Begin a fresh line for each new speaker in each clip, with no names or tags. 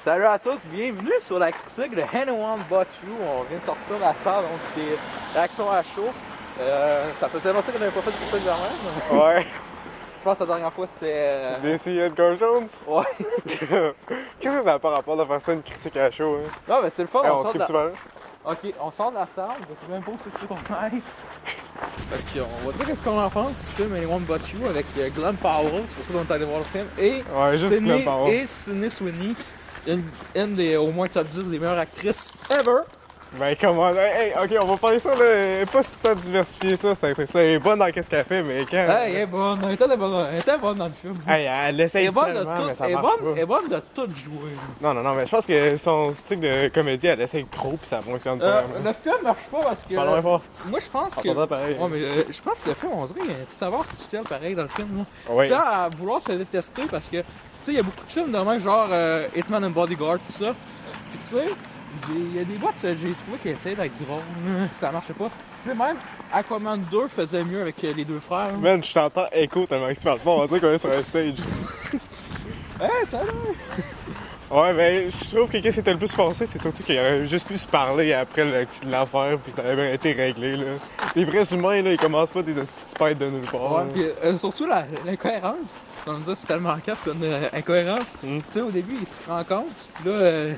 Salut à tous, bienvenue sur la critique de Anyone But You. On vient de sortir la salle, donc c'est l'action à chaud. Euh, ça faisait longtemps qu'on n'avait pas fait de critique de même.
Ouais,
Je pense que la dernière fois c'était. euh,
d'essayer Edgar Jones.
Ouais.
Qu'est-ce que ça n'a pas rapport de faire ça une critique à chaud, hein?
Non, mais c'est le fun,
Hey,
on,
on
sort de
se
la...
coupe-tu vers là?
Ok, on sort de la salle, je sais même pas où c'est que qu'on aille. Ok, on va dire qu'est-ce qu'on en pense du film Anyone But You avec euh, Glenn Powell, c'est pour ça qu'on est allé voir le film, et
Ouais, juste
Sydney-
le parole.
et Sydney Sweeney, une, une des au moins top 10 des meilleures actrices ever.
Ben, comment, hey, hey, ok, on va parler ça, là. Pas si t'as diversifié ça, ça ça est bonne dans qu'est-ce qu'elle fait, mais quand.
Hey, elle est bonne, elle était bonne, elle était bonne dans le film.
Hey, elle
Elle
essaye
est bonne de
tellement, mais
tout,
ça
elle est
marche
bonne,
pas.
elle est bonne de tout jouer.
Non, non, non, mais je pense que son ce truc de comédie, elle essaye trop pis ça fonctionne pas.
Euh,
vraiment.
le film marche pas parce que.
Tu parles même pas.
Moi je pense que.
Entends pareil.
Ouais, mais euh, je pense que le film, on dirait qu'il y a un petit saveur artificiel pareil dans le film. là.
Ouais.
Tu sais, à vouloir se détester parce que, tu sais, il y a beaucoup de films de même, genre euh, Hitman and Bodyguard, tout ça. Puis tu sais, j'ai- il y a des boîtes que j'ai trouvé qui essaient d'être drôles, mais ça marchait pas. Tu sais, même Aquaman 2 faisait mieux avec euh, les deux frères. là.
Man, je t'entends écho tellement que tu parles pas, on dirait qu'on est sur un stage.
Hey, salut!
Ouais, ben, je trouve que qu'est-ce qui était le plus forcé, c'est surtout qu'il aurait juste pu se parler après le- l'affaire, puis ça avait été réglé, là. Les vrais humains, là, ils commencent pas des astuces de nulle part.
Ouais,
là.
puis, euh, surtout la- l'incohérence. On me dire c'est tellement cap comme euh, incohérence.
Mm.
Tu sais, au début, ils se rencontrent, puis là, euh,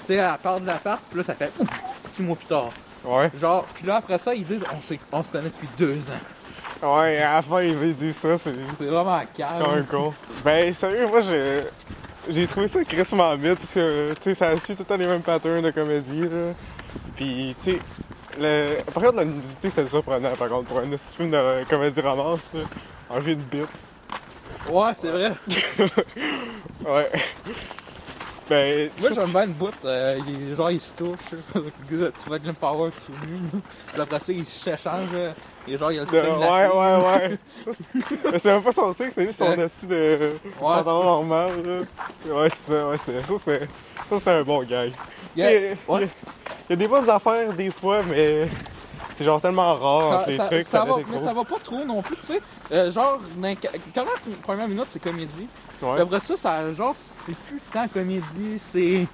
tu sais, elle part de l'appart, puis là, ça fait ouf, six mois plus tard.
Ouais,
Genre, puis là, après ça, ils disent on, s'est- on se connaît depuis deux ans.
ouais, à la fin, ils disent ça, c'est
C'est vraiment
c'est quand
calme.
même con. Ben, sérieux, moi, j'ai j'ai trouvé ça crissement vite, parce que, tu sais, ça suit tout le temps les mêmes patterns de comédie, là. Puis, tu sais, le... par contre, la nudité, c'est surprenant, par contre, pour un film de comédie romance, là. Enlever une bite.
Ouais, c'est vrai.
Ouais. Ben, tu
Moi, j'aime bien une bout. euh, il- genre, ils se touchent. le gars, tu vois Glenn Power qui est venu. Puis après ça, ils s'échangent. euh, Et genre, il y a le
De-
système de la
Ouais,
fille.
ouais, ouais. Ça, c'est- Mais c'est même pas son cycle, c'est juste son
Euh,
esti de pantalon normal. là. Ouais, c'est ouais, c'est- ça, c'est ça, c'est un bon gag.
Il y a-
Tu sais, Il y,
ouais.
a- il y a des bonnes affaires des fois, mais c'est genre tellement rare
Ça-
entre les
ça-
trucs,
ça
ça,
va,
laisse
mais ça va pas trop non plus, tu sais. Euh, genre, dans, quand la première minute, c'est comédie.
trop. Ouais.
Après ça, ça, genre, c'est plus tant comédie, c'est.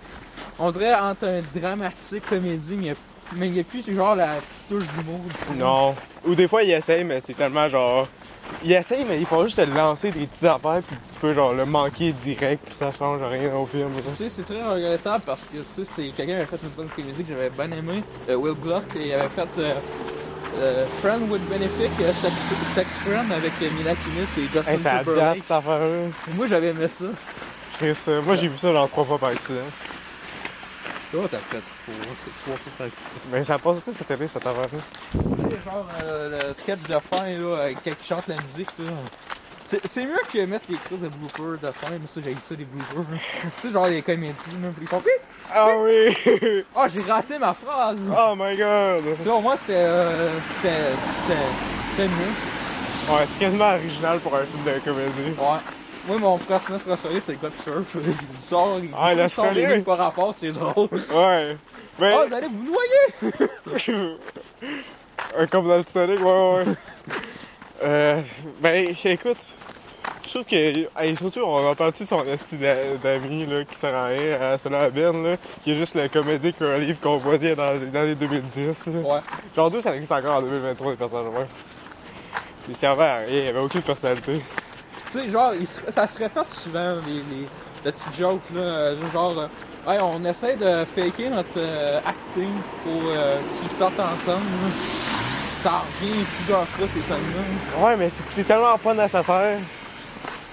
On dirait entre un dramatique comédie, mais il y a- mais il y a plus genre la petite touche d'humour.
Non. Ou des fois, ils essayent, mais c'est tellement genre. Ils essayent, mais ils font juste te lancer des petites affaires, puis tu peux genre le manquer direct, puis ça change rien au film. là.
Tu sais, c'est très regrettable parce que, tu sais, c'est quelqu'un qui avait fait une bonne comédie que j'avais bien aimé. euh, Will Gluck, il avait fait euh, euh, Friend with Benefit, euh, sex, Sex Friend avec euh, Mila Kunis et Justin
Hey, ça date
Timberlake.
cette affaire-là.
Moi, j'avais aimé ça.
Chris, euh, moi j'ai vu ça genre trois fois par accident.
Toi, t'as fait pour c'est trois fois par accident.
Mais ça passe tout cette année, cette affaire-là.
genre euh, le sketch de fin là, avec quelqu'un qui chante la musique là. C'est c'est mieux que mettre les crises de bloopers de fin, mais ça j'ai ça les bloopers. tu sais genre les comédies, même plus compliqués.
Ah oui!
Oh j'ai raté ma phrase!
oh my god!
Tu vois au moins c'était euh, c'était c'était- c'était mieux.
Ouais, c'est quasiment original pour un film de comédie.
Ouais. Moi mon personnage préféré c'est le gars de surf. Il sort, il,
Ah, le
il sort les
scolaire.
lignes par rapport, c'est drôle.
Ouais! Ben, Mais.
Oh vous allez vous noyer!
Euh, Comme dans le Titanic, ouais, ouais, ouais. euh, ben, écoute, je trouve que. hey, surtout, on a entendu son esti d'a- d'ami, là, qui sert à rien, à cela à Ben, là, qui est juste le comédie qu'un livre qu'on voisait dans, dans les 2010, là.
Ouais.
Genre, d'où ça existe encore en 2023, les personnages, ouais. Il servait à rien, il avait aucune personnalité.
Tu sais, genre, il se- ça se répète souvent, les, les, les petites jokes, là. euh, Genre, euh, hey, on essaie de faker notre euh, acting pour euh, qu'ils sortent ensemble. là. Ça revient plusieurs fois, ces scènes-là.
Ouais, mais c'est c'est tellement pas nécessaire.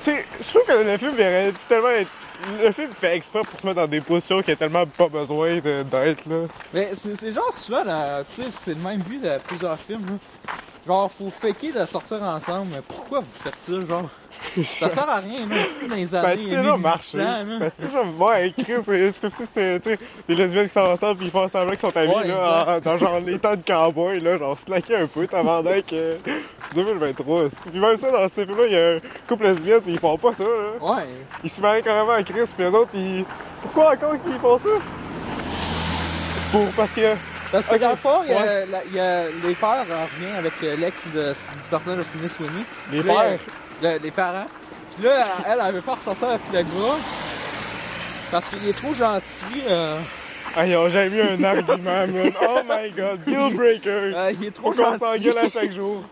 Tu sais, je trouve que le film il aurait tellement être- Le film fait exprès pour te mettre dans des positions qu'il a tellement pas besoin de- d'être, là.
Mais c'est c'est genre souvent, là, tu sais, c'est le même but de plusieurs films, là. Genre, faut faker de sortir ensemble. Mais pourquoi vous faites ça, genre? Ça sert à rien, même plus dans les
Ça a
années
toujours Ben,
1800,
marché. Ça
là.
a toujours. Ouais, Chris, c'est c'est comme si c'était, tu sais, des lesbiennes qui sont ensemble puis ils font semblant qu'ils sont amis,
Ouais,
là, en- dans genre les temps de cowboy, là, genre slacker un peu, t'attendais que. C'est 2023. c'est- Puis même ça, dans ces films-là, il y a un couple lesbienne puis ils font pas ça, là.
Ouais.
Ils se marient carrément à Chris, puis les autres, ils. Pourquoi encore qu'ils font ça? C'est Pour, parce que.
Parce que
Ok.
dans le fond, il y a-
Ouais.
la- il y a les pères euh, revient avec euh, l'ex de- du personnage de Sidney Sweeney.
Les
Puis là,
pères?
euh, le- les parents. Puis là, elle, elle avait pas ressorti avec le gars. Parce qu'il est trop gentil. euh,
Ah, ils ont jamais eu un argument, man. Oh my god, deal breaker.
euh, il est trop
Faut qu'on
gentil.
s'engueule à chaque jour.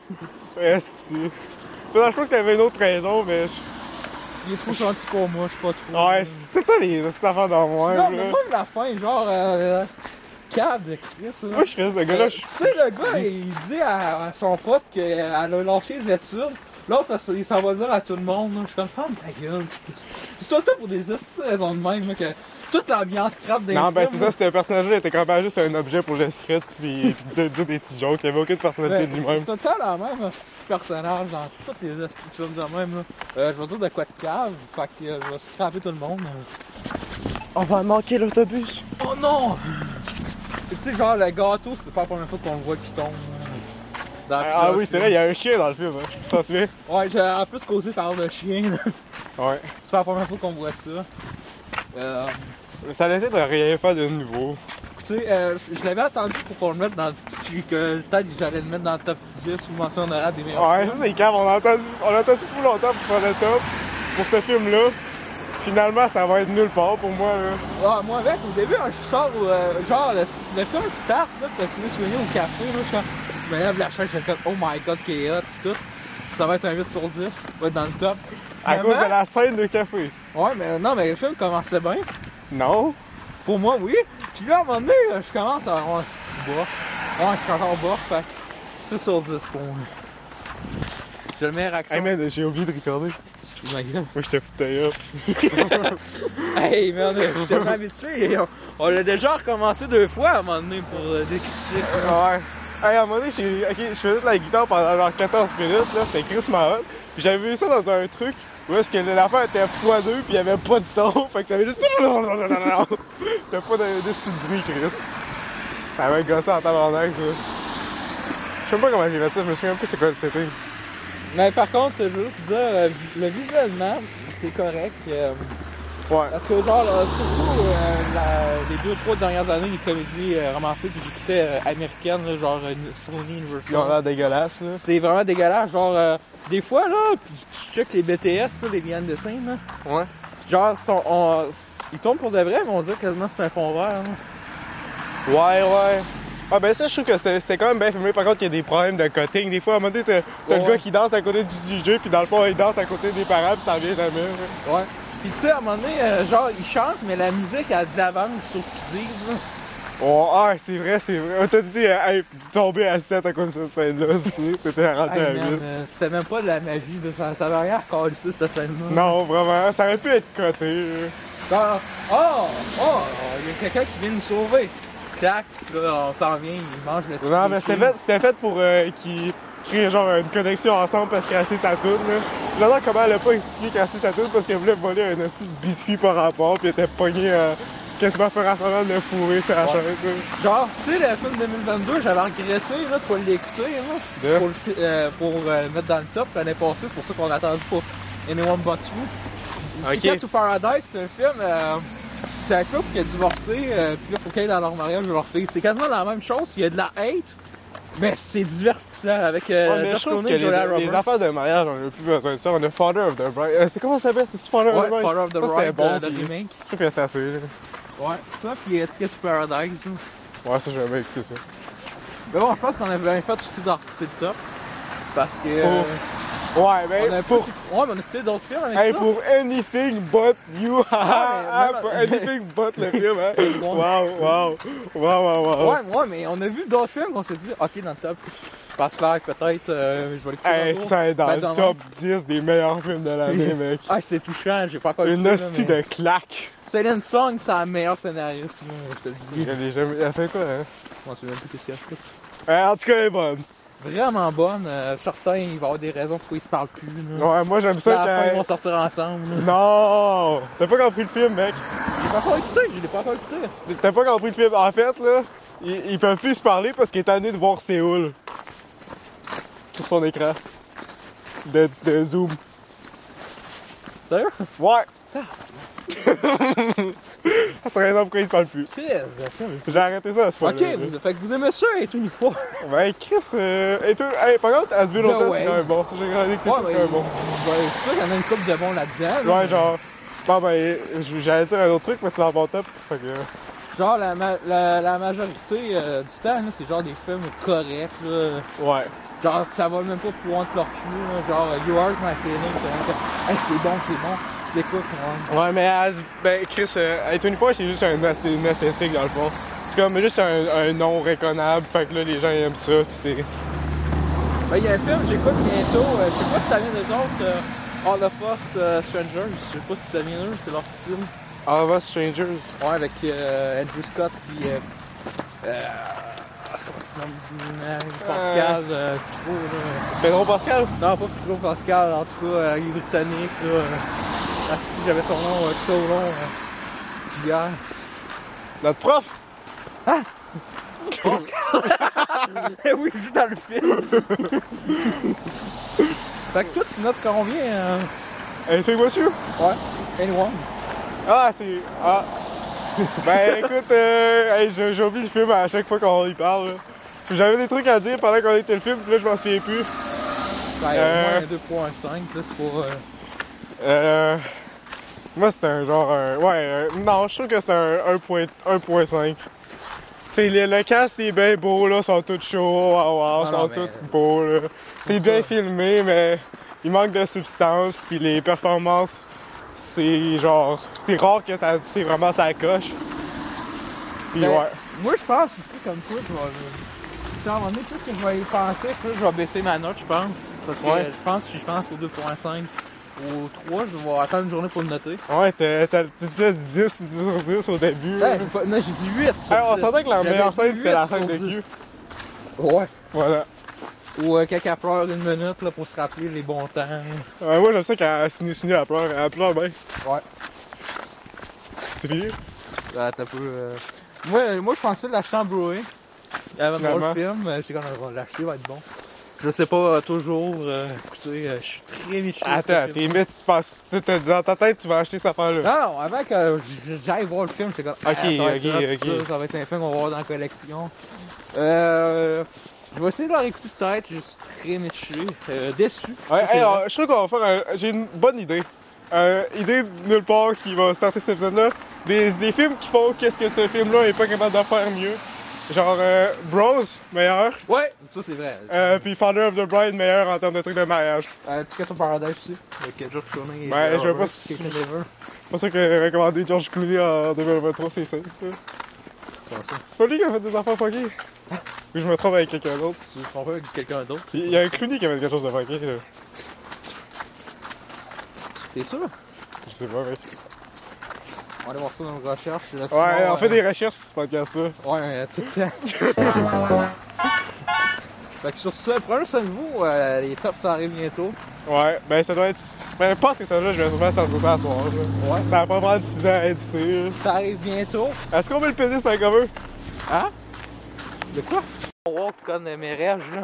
Est-ce je pense qu'il y avait une autre raison, mais. je- Ah,
Il est trop gentil pour moi, je suis pas trop.
Ouais, c'est tout le temps les ces affaires dans moi.
Non,
là.
mais même la fin, genre, euh, la petite cave de Chris. là.
Moi, je serais ce gars-là. je-
Euh, Tu sais, le gars, il dit à, à son pote qu'elle a lâché les études. L'autre, il s'en va dire à tout le monde. là. Je suis comme, ferme ta gueule. C'est tout le temps pour des hosties de raisons de même. là, que toute l'ambiance crap des
Non, ben c'est
films,
ça,
là.
c'était un personnage-là, il était quand même juste un objet pour gestuer, puis, puis de dire des petits jokes. Il n'y avait aucune personnalité
Ben,
de lui-même.
C'est tout le temps la même hostie de personnage dans toutes les hosties de films de même. là. Euh, je vais dire de quoi de cave. Fait que euh, je vais scraper tout le monde. là.
On va manquer l'autobus.
Oh non! Tu sais, genre, le gâteau, c'est pas la première fois qu'on le voit qui tombe. Dans la
Ah, ah
piscine.
oui, c'est vrai, il y a un chien dans le film, hein. je me souviens.
Ouais, j'ai en plus causé par le chien. là.
Ouais.
C'est pas la première fois qu'on voit ça. Euh,
Ça laissait de rien faire de nouveau.
écoutez, euh, je l'avais attendu pour qu'on le mette dans le... que peut-être j'allais le mettre dans le top 10 ou mention honorable des meilleurs.
Ouais, ça c'est calme, on a entendu, on a entendu pour longtemps pour faire le top, pour ce film-là. Finalement, ça va être nulle part pour moi, là.
Ah, moi avec, au début, quand je sors, euh, genre, le, le film start, là, parce que je me au café, là, je suis en- je me lève la chaise, je fais comme, oh my god, qu'il est hot, pis tout. Ça va être un 8 sur 10, va être dans le top.
À
Finalement-
cause de la scène de café.
Ouais, mais non, mais le film commençait bien.
Non.
Pour moi, oui. Puis là, à un moment donné, je commence à avoir un bof. Ouais, je suis encore bof, fait que 6 sur 10 pour moi. J'ai le meilleur accent.
Hey man, j'ai oublié de recorder.
Excuse ma gueule.
Moi, j'étais foutu up.
Hey, merde, je suis tellement habitué. On, on l'a déjà recommencé deux fois à un moment donné pour euh, des critiques.
Ouais. Hey, à un moment donné, j'ai- ok, je faisais de la guitare pendant genre 14 minutes, là, c'est Chris Marot. Puis j'avais vu ça dans un truc où est-ce que l'affaire était x2 puis il y avait pas de son, fait que ça avait juste. T'as pas de, de style de bruit, Chris. Ça avait gossé en tabarnak, ça. Je sais même pas comment j'ai fait ça, je me souviens un peu c'est quoi le c'était.
Mais par contre, je veux juste dire, euh, le visuellement, c'est correct. euh,
Ouais.
Parce que genre, là, surtout euh, la- les deux ou trois dernières années, les comédies euh, romantiques que j'écoutais euh, américaines, là, genre euh, Sony
Ils ont
Universal.
l'air dégueulasses, là.
C'est vraiment dégueulasse, genre euh, des fois là, puis je check les BTS, là, les behind the scenes, là,
Ouais.
genre sont, on- ils tombent pour de vrai, mais on dirait quasiment que c'est un fond vert. là.
Ouais, ouais. Ah ben ça, je trouve que c'était c'était quand même bien filmé. Par contre, il y a des problèmes de cutting. Des fois, à un moment donné, t'as t'as
Ouais.
le gars qui danse à côté du DJ, puis dans le fond, il danse à côté des parents, puis ça vient jamais. là.
Ouais. Puis tu sais, à un moment donné, euh, genre ils chantent, mais la musique a de l'avance sur ce qu'ils disent. là.
Oh, ah, c'est vrai, c'est vrai. On t'a dit, euh, hey, tombé à 7 à cause de cette scène-là, tu sais. T'étais rendu à
Hey,
8.
man, euh, C'était même pas de la magie, là, ça, ça avait rien à coller ça, cette scène-là.
Non, vraiment, ça aurait pu être coté. là.
Genre, oh, oh, il y a quelqu'un qui vient nous sauver. Clac, là, on s'en vient, il mange le petit
Non, mais
cookie.
c'était fait, c'était fait pour euh, qu'ils créent genre une connexion ensemble parce qu'elle sait sa toune, là. J'adore comment elle a pas expliqué qu'elle sait sa toune parce qu'elle voulait voler un assis de biscuit par rapport puis elle était pognée euh, quasiment faire à semblant de le fourrer sur la
Ouais.
chaîne, là.
Genre, tu sais, le film 2022, j'avais regretté, là, de pas l'écouter, là,
De?
pour, le- euh, pour euh, le mettre dans le top l'année passée, c'est pour ça qu'on a attendu pour Anyone But You.
Ok.
Ticket to Paradise, c'est un film, euh, c'est un couple qui a divorcé, euh, puis là, faut qu'ils aillent dans leur mariage de leur fille. C'est quasiment la même chose, il y a de la hate, mais c'est divertissant avec euh,
Ouais, mais
George
je trouve que
Clooney et
les,
Julia
les
Roberts.
affaires de mariage, on n'a plus besoin de ça. On a Father of the Bride. Euh, c'est comment ça s'appelle? C'est Father of the
Ouais,
Bride?
Father of the
Ça, c'était
Bride,
bon,
euh, le
puis-
remake.
Je trouve que c'était assez, là.
Ouais, ça, puis euh, Ticket to Paradise. là.
Ouais, ça, j'avais écouté ça.
Mais bon, je pense qu'on avait bien fait aussi d'en repousser le top. Parce que. euh,
Ouais,
on
ben,
avait
pour...
pas- Ouais, mais on a écouté d'autres films avec
Hey,
ça.
pour anything but you! Ah,
mais-
pour anything but le film, hein! Wow, wow! Wow, wow, wow!
Ouais, ouais, mais on a vu d'autres films qu'on s'est dit, ok, dans le top. Parce que peut-être, euh, je vais l'écouter.
Hey,
tantôt.
ça est dans
Ben,
le
demain.
top 10 des meilleurs films de l'année, mec!
Ah, c'est touchant, j'ai pas encore
Une
écouté, là,
hostie
mais-
de claque!
Céline Song, c'est la meilleure scénariste, là, je te le dis.
Elle est jamais. Elle fait quoi, hein?
Je m'en souviens plus qu'est-ce qu'il y a. fait.
Euh, en tout cas, elle est bonne!
Vraiment bonne. euh, certains, il va y avoir des raisons pourquoi ils se parlent plus. Là.
Ouais, moi, j'aime
Puis à
ça
la fin, ils
quand.
vont sortir ensemble. là.
Non! T'as pas compris le film, mec!
J'ai pas encore écouté, je l'ai pas encore écouté.
T'as pas compris le film. En fait, là, ils, ils peuvent plus se parler parce qu'il est tanné de voir Séoul. Sur son écran. De, de Zoom.
Sérieux?
Ouais! C'est la raison pourquoi ils se parlent plus.
Qu'est-ce que c'est?
J'ai arrêté ça à ce
Ok,
point-là.
vous, fait que vous aimez ça être une fois.
Ben, Chris, euh, et toi, hey, par contre, Asbel
The
Hotel,
Wave.
c'est quand même bon. J'ai regardé que
Ben Ouais,
ça, c'est
mais-
quand même bon.
Ouais, c'est sûr qu'il y en a une couple de bons là-dedans. là.
Ouais, genre, Bon, ben, je- j'allais dire un autre truc, mais c'est dans mon top. Fait que,
Genre, la, ma- la, la majorité euh, du temps, là, c'est genre des films corrects, là.
ouais.
Genre, ça va même pas plus loin que leur cul, là. Genre, euh, You Are My Feeling, t'as même fait, Hey, c'est bon, c'est bon. C'est quoi, quand
Ouais, mais as- ben, Chris, euh, hey, 24, c'est juste un, ast- une esthétique dans le fond. C'est comme juste un, un nom reconnaissable. Fait que là, les gens ils aiment ça. Pis c'est.
Ben, il y a un film, j'écoute bientôt. euh, je sais pas si ça vient des autres. euh, All of Us euh, Strangers. Je sais pas si ça vient d'eux, c'est leur style.
All of Us ah, Strangers.
Ouais, avec euh, Andrew Scott, puis. Euh, euh, ah, c'est comment il se nomme euh, Pascal, euh, Thibault, là.
Pedro Pascal.
Non, pas Thibaut Pascal, en tout cas, euh, il est britannique, là. euh, Asti, j'avais son nom euh, tout ça au long. Euh, hier.
Notre prof.
Eh oui, il joue dans le film. fait que toi, tu notes quand on vient. Euh...
Hey, t'es monsieur?
Ouais. Anyone.
Ah, c'est. Ah. ben, écoute, euh, hey, j'ai- j'oublie le film à chaque fois qu'on y parle. là. J'avais des trucs à dire pendant qu'on était le film, puis là, je m'en souviens plus.
Ben,
Euh.
au moins 2.5, plus pour. Euh...
Euh. Moi, c'était un genre. un- ouais, euh, non, je trouve que c'était un 1.5. Tu sais, le, le cast est bien beau, là, sont tous chauds, wow, wow,
Ah non,
sont
mais-
tous beaux, là. C'est bien filmé, mais il manque de substance, puis les performances, c'est genre. C'est rare que ça, c'est vraiment ça coche. Puis
Ben,
ouais.
Moi, je pense aussi comme toi, je vais. je- tu sais, à un moment donné, plus que je vais y penser, plus je vais baisser ma note, je pense. Parce que
Ouais.
je pense que je pense au 2.5. Au 3, je vais attendre une journée pour le noter.
Ouais, t'as- t'as- tu disais 10 sur 10 au début.
Hey, pas- non, j'ai dit 8. sur
Hey, on
10.
s'entend que la
J'avais
meilleure
dit
scène, c'est la
8
scène
sur
de
10.
Q.
Ouais.
Voilà.
Ou euh, quelqu'un pleure d'une minute là, pour se rappeler les bons temps.
Ouais, Euh, moi, j'aime ça quand Sinu Sinu, elle pleure, elle pleure bien.
Ouais.
C'est fini?
Ah, t'as peu. euh, Moi, moi je pensais l'acheter en Blu-ray. Il y avait un
Finalement.
bon film. euh, J'étais comme, on va l'acheter, il va être bon. Je sais pas euh, toujours. euh, écoutez, euh, je suis très méchant.
Ah, Attends, t'es mythe, tu passes. t'es- t'es- Dans ta tête, tu vas acheter cette affaire-là.
Non, non, avant que j- j'aille voir le film, j'étais comme, ah,
Ok,
ça va être
ok,
hot,
ok.
Ça, ça va être un film qu'on va voir dans la collection. Euh, je vais essayer de leur écouter de tête, je suis très méché, euh, déçu.
Ouais,
Ça, c'est
hey,
vrai.
on- je trouve qu'on va faire un. J'ai une bonne idée. Euh, idée de nulle part qui va sortir cet épisode-là. Des, des films qui font qu'est-ce que ce film-là est pas capable de faire mieux. Genre euh, Bros, meilleur.
Ouais, ça c'est vrai.
Euh, puis Father of the Bride, meilleur en termes de trucs de mariage.
Euh, Ticket au Paradise aussi, avec euh, George Clooney et
Ouais,
Sarah
je veux pas
Roberts,
si-
Caitlin Dever.
Pas sûr que recommander George Clooney en 2023, c'est ça.
Comment ça?
C'est pas lui qui a fait des affaires funky. Ou je me trompe avec quelqu'un d'autre.
Tu te trompes avec quelqu'un d'autre?
Il y a un Clooney qui a fait quelque chose de funky, là.
T'es sûr?
Je sais pas, mais.
On va aller voir ça dans nos recherches. là, sinon,
Ouais, on
euh,
fait des recherches sur ce podcast-là.
Ouais, euh, tout le temps. fait que sur ce, prenez soin de vous. euh, les tops, ça arrive bientôt.
Ouais, ben ça doit être. Ben, je pense que ça là, je vais souvent sortir ça à soir. là.
Ouais.
Ça va pas prendre 6 ans à éditer.
Ça arrive bientôt.
là. Est-ce qu'on met le pénis dans le cover?
Hein? De quoi? On walk comme mes rêves, là.